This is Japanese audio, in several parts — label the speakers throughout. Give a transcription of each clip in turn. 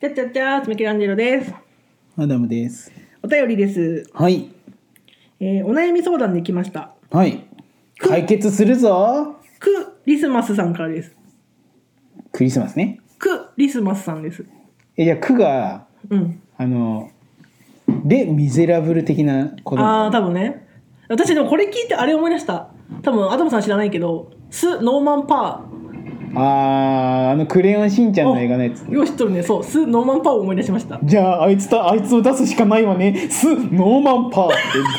Speaker 1: じゃっちゃっちゃー、つめきらんじろです。
Speaker 2: アダムです。
Speaker 1: お便りです。
Speaker 2: はい。
Speaker 1: えーお悩み相談できました。
Speaker 2: はい。解決するぞ。
Speaker 1: クリスマスさんからです。
Speaker 2: クリスマスね。
Speaker 1: クリスマスさんです。
Speaker 2: え、じゃあ、クが、
Speaker 1: うん。
Speaker 2: あの、レ・ミゼラブル的な子供。
Speaker 1: あー、多分ね。私でもこれ聞いてあれ思い出した。多分アダムさん知らないけど、ス・ノーマン・パ
Speaker 2: ああ、あの、クレヨンしんちゃんの映画のやつ
Speaker 1: ー。。よう知っとるね。そう、ス・ノーマン・パーを思い出しました。
Speaker 2: じゃあ、あいつと、あいつを出すしかないわね。ス・ノーマン・パーって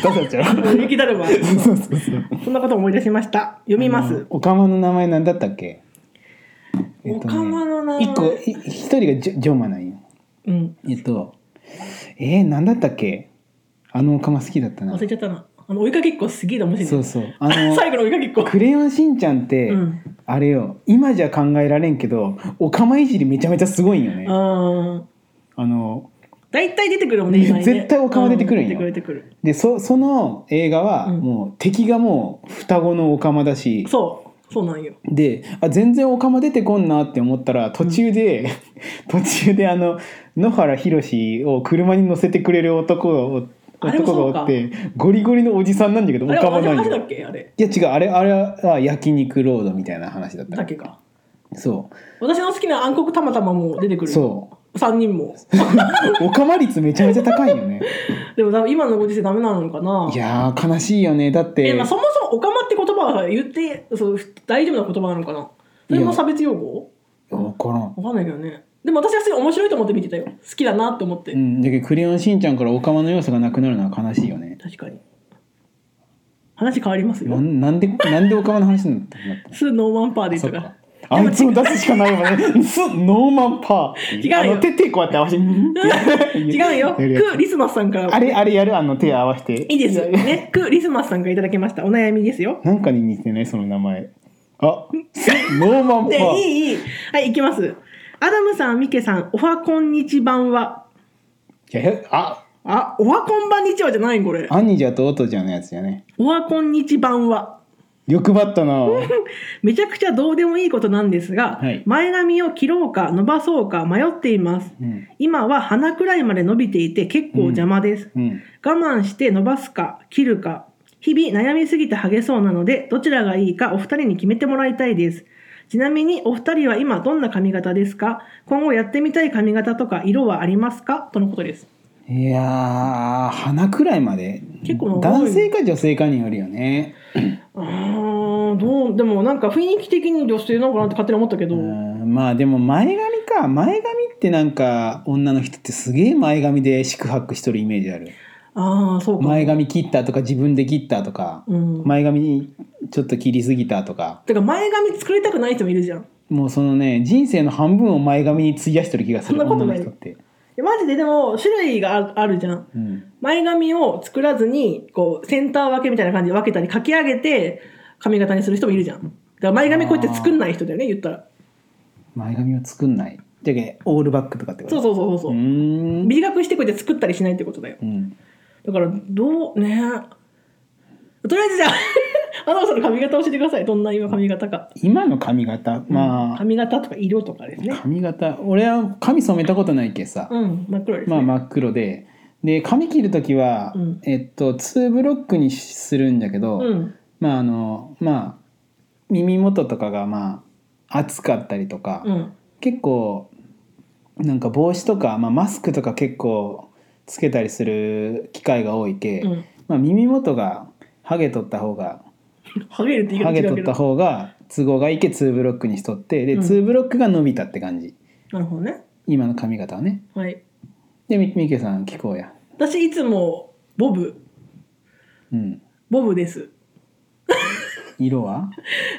Speaker 2: 出され ちゃう。
Speaker 1: 雪だ るま。
Speaker 2: そうそうそう。
Speaker 1: そんなことを思い出しました。読みま
Speaker 2: あ
Speaker 1: す
Speaker 2: の。おかまの名前なんだったっけ
Speaker 1: おかまの名前
Speaker 2: 一個、い一人がジョジョーマなんよ。
Speaker 1: うん。
Speaker 2: えっと、えー、なんだったっけあのおかま好きだったな
Speaker 1: 忘。れちゃったな。あの、追いかけっこすげえ面白いね。
Speaker 2: そう そう。あの、
Speaker 1: 最後の追いかけっこ。
Speaker 2: クレヨンしんちゃんって、
Speaker 1: うん
Speaker 2: あれよ、今じゃ考えられんけど、おかまいじりめちゃめちゃすごいんよね。
Speaker 1: うん。
Speaker 2: あの、
Speaker 1: 大体出てくるもんね、今ね
Speaker 2: 絶対お顔出てくるんよ
Speaker 1: う出てくる出て
Speaker 2: で、そ、その映画は、
Speaker 1: うん
Speaker 2: もう敵がもう双子のおかまだし
Speaker 1: くる。、そう、そうなんよ。
Speaker 2: で、あ、全然おかま出てこんなって思ったら、途中で、 途中であの、野原ひろしを車に乗せてくれる男を、
Speaker 1: あれもそ
Speaker 2: 男
Speaker 1: うか
Speaker 2: がおって、ゴリゴリのおじさんなんだけど、
Speaker 1: あ
Speaker 2: お
Speaker 1: れ、
Speaker 2: かま
Speaker 1: 同じ
Speaker 2: なん
Speaker 1: 話だ
Speaker 2: よ
Speaker 1: っ。けあれ。
Speaker 2: いや違う、あれ、あれは焼肉ロードみたいな話だっ
Speaker 1: だ
Speaker 2: た
Speaker 1: っ。けか。
Speaker 2: そう。
Speaker 1: 私の好きな暗黒たまたまも出てくる。。
Speaker 2: そう
Speaker 1: 3人 も。
Speaker 2: う。おかま率めちゃめちゃ高い よね。。
Speaker 1: でも多分今のご時世ダメなのかない
Speaker 2: やー、悲しいよね。だって、
Speaker 1: え、まあそもそもオカマって言葉は言って、そう、ふ大丈夫な言葉なのかなそれも差別用語
Speaker 2: わからん。
Speaker 1: わかんないけどね。でも私は普通に面白いと思って見てたよ。好きだなって思って。
Speaker 2: うん、だけどクレヨンしんちゃんからオカマの要素がなくなるのは悲しいよね。
Speaker 1: 確かに。話変わります
Speaker 2: な
Speaker 1: よ。
Speaker 2: んなんで、なんでオカマの話になったの
Speaker 1: スノーマンパーでいい
Speaker 2: そ
Speaker 1: と
Speaker 2: っ
Speaker 1: か
Speaker 2: か。。あいつを出すしかないわ ね。す、ノーマンパー。
Speaker 1: 違うよ
Speaker 2: あの手、手こうやって合わせて。
Speaker 1: 違
Speaker 2: 違
Speaker 1: うよ。クリスマスさんから。
Speaker 2: あれ、あれやるあの手合わせて。
Speaker 1: いいですよ。ね。クリスマスさんからいただきました。お悩みですよ。
Speaker 2: なんかに似てないその名前。あ、すノーマン パ
Speaker 1: で、
Speaker 2: ー。
Speaker 1: いい、いい。はい、いきます。アダムさん、ミケさん、おはこんにちばんは。
Speaker 2: え、あ、
Speaker 1: あ、おはこんばんにちはじゃないこれ。
Speaker 2: アンニジャとオトちゃんのやつじゃね。
Speaker 1: おはこんにちばんは。
Speaker 2: 欲張っ たな。
Speaker 1: めちゃくちゃどうでもいいことなんですが、
Speaker 2: はい
Speaker 1: 前髪を切ろうか伸ばそうか迷っています。
Speaker 2: うん。
Speaker 1: 今は鼻くらいまで伸びていて結構邪魔です。
Speaker 2: うん。
Speaker 1: 我慢して伸ばすか切るか日々悩みすぎてハゲそうなのでどちらがいいかお二人に決めてもらいたいですちなみにお二人は今どんな髪型ですか今後やってみたい髪型とか色はありますかとのことです
Speaker 2: いやー鼻くらいまで
Speaker 1: 結構長い
Speaker 2: 男性か女性かによるよね
Speaker 1: あーどうでもなんか雰囲気的に女性なのかなって勝手に思ったけど
Speaker 2: うんまあでも前髪か前髪ってなんか女の人ってすげえ前髪で四苦八苦しとるイメージある
Speaker 1: ああそうか、
Speaker 2: 前髪切ったとか自分で切ったとか
Speaker 1: うん、
Speaker 2: 前髪ちょっと切りすぎたとか
Speaker 1: てか前髪作りたくない人もいるじゃんい
Speaker 2: もうそのね人生の半分を前髪に費やしてる気がする
Speaker 1: そんなこと
Speaker 2: 女
Speaker 1: な
Speaker 2: の
Speaker 1: い
Speaker 2: 人って、
Speaker 1: やマジででも種類があるあるじゃん
Speaker 2: うん、
Speaker 1: 前髪を作らずにこうセンター分けみたいな感じで分けたりかき上げて髪型にする人もいるじゃんだから前髪こうやって作んない人だよね言ったら
Speaker 2: 前髪を作んないじゃけオールバックとかってこと
Speaker 1: そうそうそうそう
Speaker 2: う
Speaker 1: う
Speaker 2: ーん、
Speaker 1: 短くしてこうやって作ったりしないってことだよ
Speaker 2: うん、
Speaker 1: だからどうねとりあえずじゃあ アナウンサーの髪型教えてくださいどんな今髪型か、
Speaker 2: 今の髪型まあ、
Speaker 1: 髪型とか色とかですね
Speaker 2: 髪型俺は髪染めたことないけさ、
Speaker 1: うん真っ黒です、ね
Speaker 2: まあ真っ黒でで髪切る時は、
Speaker 1: うん
Speaker 2: えっと2ブロックにするんだけど、
Speaker 1: うん
Speaker 2: まああのまあ耳元とかがまあ熱かったりとか、
Speaker 1: うん
Speaker 2: 結構なんか帽子とか、まあ、マスクとか結構つけたりする機会が多いけ、
Speaker 1: うん
Speaker 2: まあ、耳元がハゲ取った方が
Speaker 1: ハゲるって言い方
Speaker 2: ハゲ
Speaker 1: 違う
Speaker 2: 取
Speaker 1: け
Speaker 2: った
Speaker 1: ど
Speaker 2: 方が都合がいいけ2ブロックにしとってで
Speaker 1: うん
Speaker 2: 2ブロックが伸びたって感じ、
Speaker 1: なるほどね
Speaker 2: 今の髪型はね。
Speaker 1: はい
Speaker 2: でみみけさん聞こうや。
Speaker 1: 私いつもボブ
Speaker 2: うん、
Speaker 1: ボブです
Speaker 2: 色は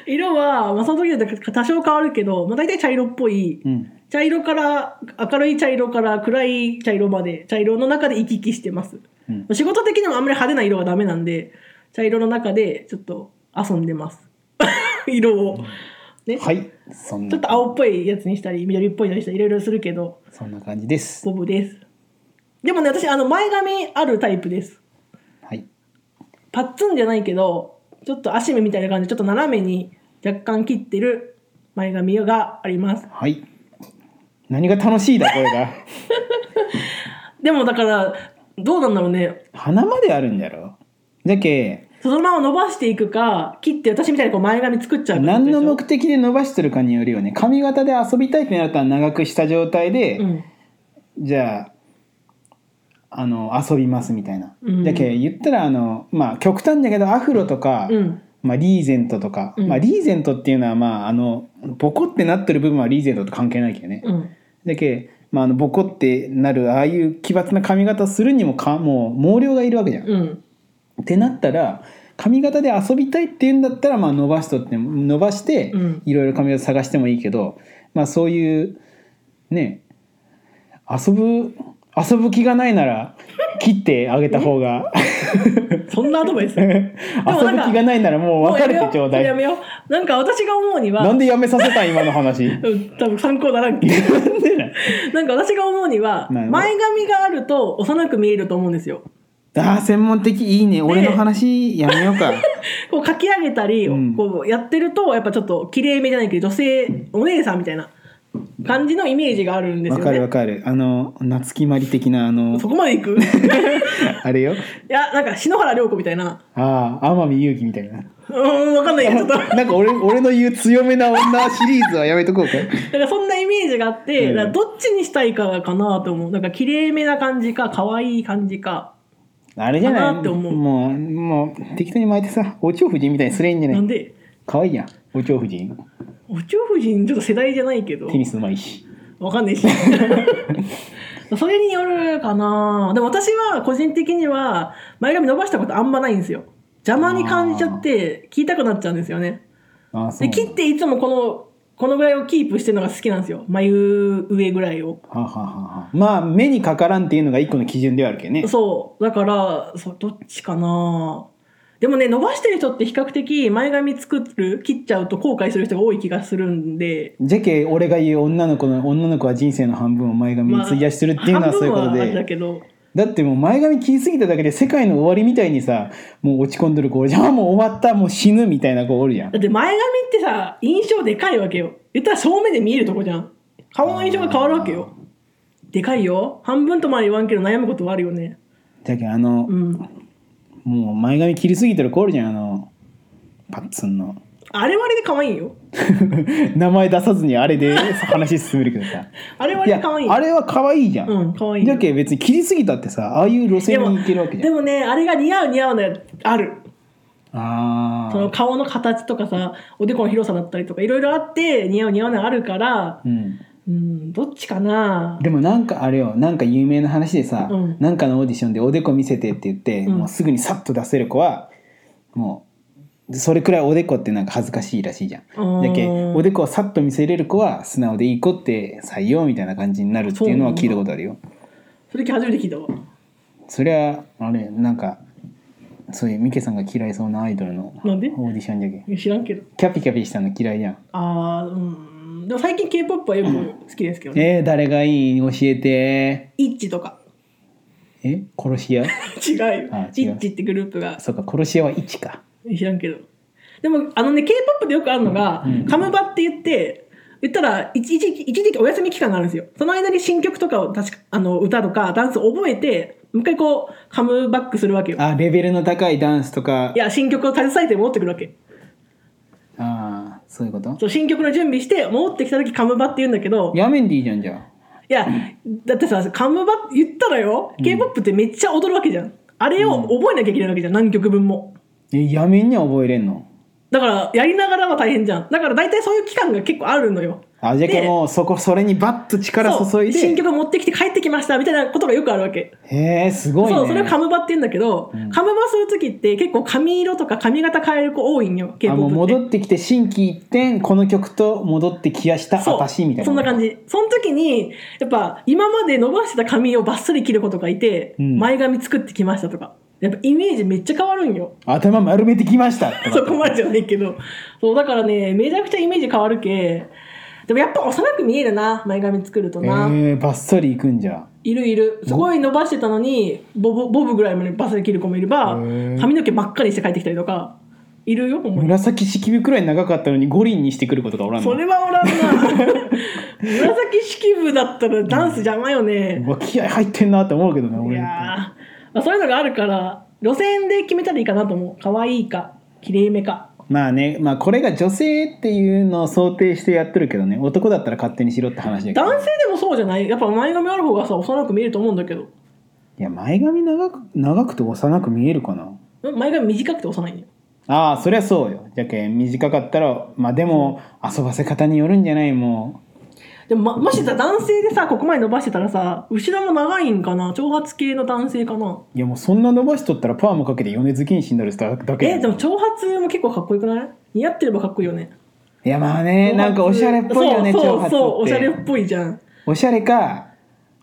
Speaker 1: 色は、まあ、その時だと多少変わるけど、まあ、大体茶色っぽい
Speaker 2: うん、
Speaker 1: 茶色から明るい茶色から暗い茶色まで茶色の中で行き来してます
Speaker 2: うん、
Speaker 1: 仕事的にもあんまり派手な色はダメなんで茶色の中でちょっと遊んでます 色を、ね
Speaker 2: はいそんな
Speaker 1: ちょっと青っぽいやつにしたり緑っぽいのにしたりいろいろするけど
Speaker 2: そんな感じです
Speaker 1: ボブですでもね私あの前髪あるタイプです
Speaker 2: はい
Speaker 1: パッツンじゃないけどちょっと足目みたいな感じでちょっと斜めに若干切ってる前髪があります
Speaker 2: はい何が楽しいだこれが
Speaker 1: でもだからどうなんだろうね
Speaker 2: 鼻まであるんだろじゃけ
Speaker 1: そのまま伸ばしていくか切って私みたいにこう前髪作っちゃうか
Speaker 2: 何の目
Speaker 1: 的
Speaker 2: 的で伸ばしてるかによるよね髪型で遊びたいってなったら長くした状態で、
Speaker 1: うん
Speaker 2: じゃああの遊びますみたいな、
Speaker 1: うん
Speaker 2: じゃけ言ったらあのまあ極端だけどアフロとか、
Speaker 1: うん
Speaker 2: まあ、リーゼントとか、
Speaker 1: うん
Speaker 2: まあ、リーゼントっていうのはまああのボコってなってる部分はリーゼントと関係ないけどね、
Speaker 1: うん
Speaker 2: だけ、まあ、あのボコってなるああいう奇抜な髪型するにもかもう毛量がいるわけじゃん。
Speaker 1: うん
Speaker 2: ってなったら髪型で遊びたいっていうんだったら、まあ、伸ばしとっても伸ばして
Speaker 1: うん
Speaker 2: いろいろ髪型探してもいいけど、まあ、そういうね遊ぶ遊ぶ気がないなら切ってあげた 方が
Speaker 1: そんなアドバイス
Speaker 2: 遊ぶ気がないならもう別れてちょうだ
Speaker 1: や
Speaker 2: い。
Speaker 1: めようそれやめようなんか私が思うには
Speaker 2: なんでやめさせたん今の 話
Speaker 1: うん多分参考にならんけどなんか私が思うには
Speaker 2: なる
Speaker 1: 前
Speaker 2: ほど
Speaker 1: 髪があると幼く見えると思うんですよ
Speaker 2: ああ専門的いいね俺の話やめようか。
Speaker 1: こう書き上げたり、
Speaker 2: うん
Speaker 1: こうやってるとやっぱちょっと綺麗めじゃないけど女性お姉さんみたいな感じのイメージがあるんです
Speaker 2: わ
Speaker 1: よ
Speaker 2: かるわ
Speaker 1: ね
Speaker 2: かる。あの、夏木まり的な、あの
Speaker 1: そ、こまでいくい
Speaker 2: あれよ。
Speaker 1: やなんか篠原涼子みたいな
Speaker 2: ああ、天海祐希みたいな。
Speaker 1: うーんわかん ないけどちょっとだか
Speaker 2: なんか俺、俺の言う強めな女シリーズはやめとこうか。
Speaker 1: らそんなイメージがあって、
Speaker 2: うん
Speaker 1: だからどっちにしたいかかなと思うなんか綺麗めな感じか可愛い感じか
Speaker 2: あれじゃ
Speaker 1: か
Speaker 2: ない
Speaker 1: なって思う
Speaker 2: もう、もう、適当に巻いてさ、お蝶夫人みたいにすりゃいいんじゃな
Speaker 1: なん
Speaker 2: い
Speaker 1: で
Speaker 2: 可愛いやん。お蝶夫人。
Speaker 1: お蝶夫人ちょっと世代じゃないけど
Speaker 2: テニスうまいし。
Speaker 1: わかんない し。それによるかなでも私は個人的には前髪伸ばしたことあんまないんですよ。邪魔に感じちゃって聞いたくなっちゃうんですよね。
Speaker 2: ああ、そう
Speaker 1: で、
Speaker 2: なんだ。
Speaker 1: 切っていつもこの、このぐらいをキープしてるのが好きなんですよ。眉上ぐらいを。
Speaker 2: はあはあはあはあまあ、目にかからんっていうのが一個の基準ではあるけどね。
Speaker 1: そう。だから、そうどっちかなでもね、伸ばしてる人って比較的前髪作る、切っちゃうと後悔する人が多い気がするんで。
Speaker 2: じゃけ、俺が言う女の子の、女の子は人生の半分を前髪に費やしてるっていうのはそういうこと
Speaker 1: 半分はあ
Speaker 2: で。
Speaker 1: れだけど。
Speaker 2: だってもう前髪切りすぎただけで世界の終わりみたいにさもう落ち込んでる子おるじゃんあもう終わったもう死ぬみたいな子おるじゃん
Speaker 1: だって前髪ってさ印象でかいわけよ言ったら正面で見えるとこじゃん顔の印象が変わるわけよでかいよ半分とまで言わんけど悩むことはあるよね
Speaker 2: じゃけんあの、
Speaker 1: うん
Speaker 2: もう前髪切りすぎてる子おるじゃんあのパッツンの
Speaker 1: あれはあれで可愛いよ
Speaker 2: 名前出さずにあれで 話進めるけどさ
Speaker 1: あれはあ
Speaker 2: い
Speaker 1: れ
Speaker 2: や
Speaker 1: で可愛い
Speaker 2: あれは可愛いじゃん、
Speaker 1: うん可愛い
Speaker 2: じゃけん別に切りすぎたってさああいう路
Speaker 1: で
Speaker 2: 線
Speaker 1: も
Speaker 2: に行けるわけじ
Speaker 1: で
Speaker 2: ゃん
Speaker 1: もねあれが似合う似合うのある
Speaker 2: あ
Speaker 1: その
Speaker 2: あ
Speaker 1: 顔の形とかさおでこの広さだったりとかいろいろあって似合う似合うのあるから
Speaker 2: うん
Speaker 1: うんどっちかな
Speaker 2: でもなんかあれよなんか有名な話でさ、
Speaker 1: うん
Speaker 2: なんかのオーディションでおでこ見せてって言って、
Speaker 1: うん
Speaker 2: もうすぐにサッと出せる子はもうそれくらいおでこってなんか恥ずかしいらしいじゃん。
Speaker 1: うん
Speaker 2: だけおでこをサッと見せれる子は素直でいい子って採用みたいな感じになるっていうのは聞いたことあるよ。
Speaker 1: それ初めて聞いたわ
Speaker 2: そりゃあれなんかそういうミケさんが嫌いそうなアイドルのオ
Speaker 1: なん
Speaker 2: ーデ
Speaker 1: で
Speaker 2: ィションじゃけ
Speaker 1: 知らんけど
Speaker 2: キャピキャピしたの嫌いじゃん。
Speaker 1: あーうんでも最近 k p o p はよく好きですけどね
Speaker 2: えー、誰がいい教えて
Speaker 1: イッチとか
Speaker 2: え殺し屋
Speaker 1: 違うよ
Speaker 2: あ違
Speaker 1: イ
Speaker 2: う
Speaker 1: ッチってグループが
Speaker 2: そうか殺し屋は1か。
Speaker 1: 知らんけどでもあのね k p o p でよくあるのが、
Speaker 2: うん
Speaker 1: カムバって言って言ったら一時期一時期お休み期間があるんですよその間に新曲とかを確かあの歌とかダンスを覚えてもう一回こうカムバックするわけよ
Speaker 2: あレベルの高いダンスとか
Speaker 1: いや新曲を携えて戻ってくるわけ
Speaker 2: ああそういうこと
Speaker 1: そう新曲の準備して戻ってきた時カムバって言うんだけど
Speaker 2: やめんでいいじゃんじゃあ
Speaker 1: いやだってさカムバって言ったらよ k p o p ってめっちゃ踊るわけじゃんあれを覚えなきゃいけないわけじゃん何曲分も。
Speaker 2: えやめんには覚えれんの
Speaker 1: だからやりながらは大変じゃんだから大体そういう期間が結構あるのよ
Speaker 2: あじゃ
Speaker 1: で
Speaker 2: けもうそこそれにバッと力
Speaker 1: そ
Speaker 2: 注
Speaker 1: う
Speaker 2: い
Speaker 1: 新
Speaker 2: で
Speaker 1: 曲持ってきて帰ってきましたみたいなことがよくあるわけ、
Speaker 2: へえすごいね
Speaker 1: そうそれをカムバって言うんだけど、
Speaker 2: うん
Speaker 1: カムバする時って結構髪色とか髪型変える子多いんよ k
Speaker 2: あ
Speaker 1: p
Speaker 2: も
Speaker 1: o
Speaker 2: う
Speaker 1: p って
Speaker 2: 戻ってきて心機一転この曲と戻ってきやした私みたいな
Speaker 1: そんな感じその時にやっぱ今まで伸ばしてた髪をバッサリ切る子とかいて、
Speaker 2: うん
Speaker 1: 前髪作ってきましたとかやっぱイメージめっちゃ変わるんよ
Speaker 2: 頭丸めてきましたってなった
Speaker 1: そこまでじゃないけど。そう、だからね、めちゃくちゃイメージ変わるけ。でもやっぱ幼く見えるな、前髪作ると
Speaker 2: へ
Speaker 1: な。
Speaker 2: えバッサリいくんじゃ
Speaker 1: いるいる。すごい伸ばしてたのに、ボブボブぐらいまでバサリ切る子もいれば
Speaker 2: へー、
Speaker 1: 髪の毛真っ赤にして帰ってきたりとか。いるよほんまに
Speaker 2: 紫式部くらい長かったのに五輪にしてくることがおらんの
Speaker 1: それはおらん な紫式部だったらダンス邪魔よね
Speaker 2: う、わ気合入ってんなって思うけどね
Speaker 1: い
Speaker 2: 俺
Speaker 1: やーまあそういうのがあるから路線で決めたらいいかなと思う可愛いか綺麗めか
Speaker 2: まあねまあこれが女性っていうのを想定してやってるけどね男だったら勝手にしろって話だけど
Speaker 1: 男性でもそうじゃないやっぱ前髪ある方がさ幼く見えると思うんだけど
Speaker 2: いや前髪長く長くて幼く見えるかなん
Speaker 1: 前髪短くて幼いね
Speaker 2: ああそりゃそうよじゃけん短かったらまあでも遊ばせ方によるんじゃないも
Speaker 1: でも、ま、もしさ男性でさここまで伸ばしてたらさ後ろも長いんかな長髪系の男性かな
Speaker 2: ういやもうそんな伸ばしとったらパーマかけて米津玄師になる人だけ
Speaker 1: えでも長髪も結構かっこよくない似合ってればかっこいいよね
Speaker 2: いやまあね
Speaker 1: 長髪
Speaker 2: なんかおしゃれっぽいよね
Speaker 1: そう
Speaker 2: 長
Speaker 1: そう
Speaker 2: 髪
Speaker 1: そうおしゃれっ
Speaker 2: って
Speaker 1: ぽいじゃん
Speaker 2: おしゃれか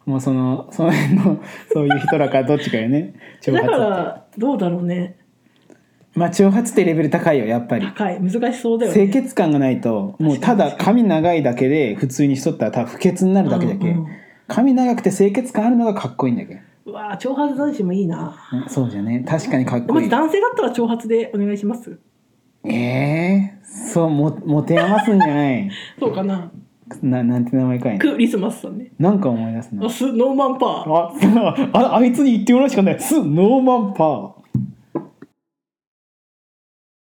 Speaker 2: もうそのその辺のそういう人らかどっちかよね長
Speaker 1: だ
Speaker 2: 髪っ
Speaker 1: か
Speaker 2: て
Speaker 1: らどうだろうね
Speaker 2: まあ長髪ってレベル高いよやっぱり、
Speaker 1: 高い難しそうだよね
Speaker 2: 清潔感がないともうただ髪長いだけで普通にしとったら多分不潔になるだけじゃけ、
Speaker 1: うんうん
Speaker 2: 髪長くて清潔感あるのがかっこいいんだけど
Speaker 1: うわあ長髪男子もいいな
Speaker 2: うんそうじゃね確かにかっこ
Speaker 1: も
Speaker 2: い
Speaker 1: し
Speaker 2: い
Speaker 1: 男性だったら長髪でお願いします
Speaker 2: ええそうも持て余すんじゃない
Speaker 1: そうかな
Speaker 2: ななんて名前かいな
Speaker 1: クリスマスさんね
Speaker 2: なんか思い出すな
Speaker 1: あすノーマンパー
Speaker 2: あああいつに言ってもらうしかないスノーマンパ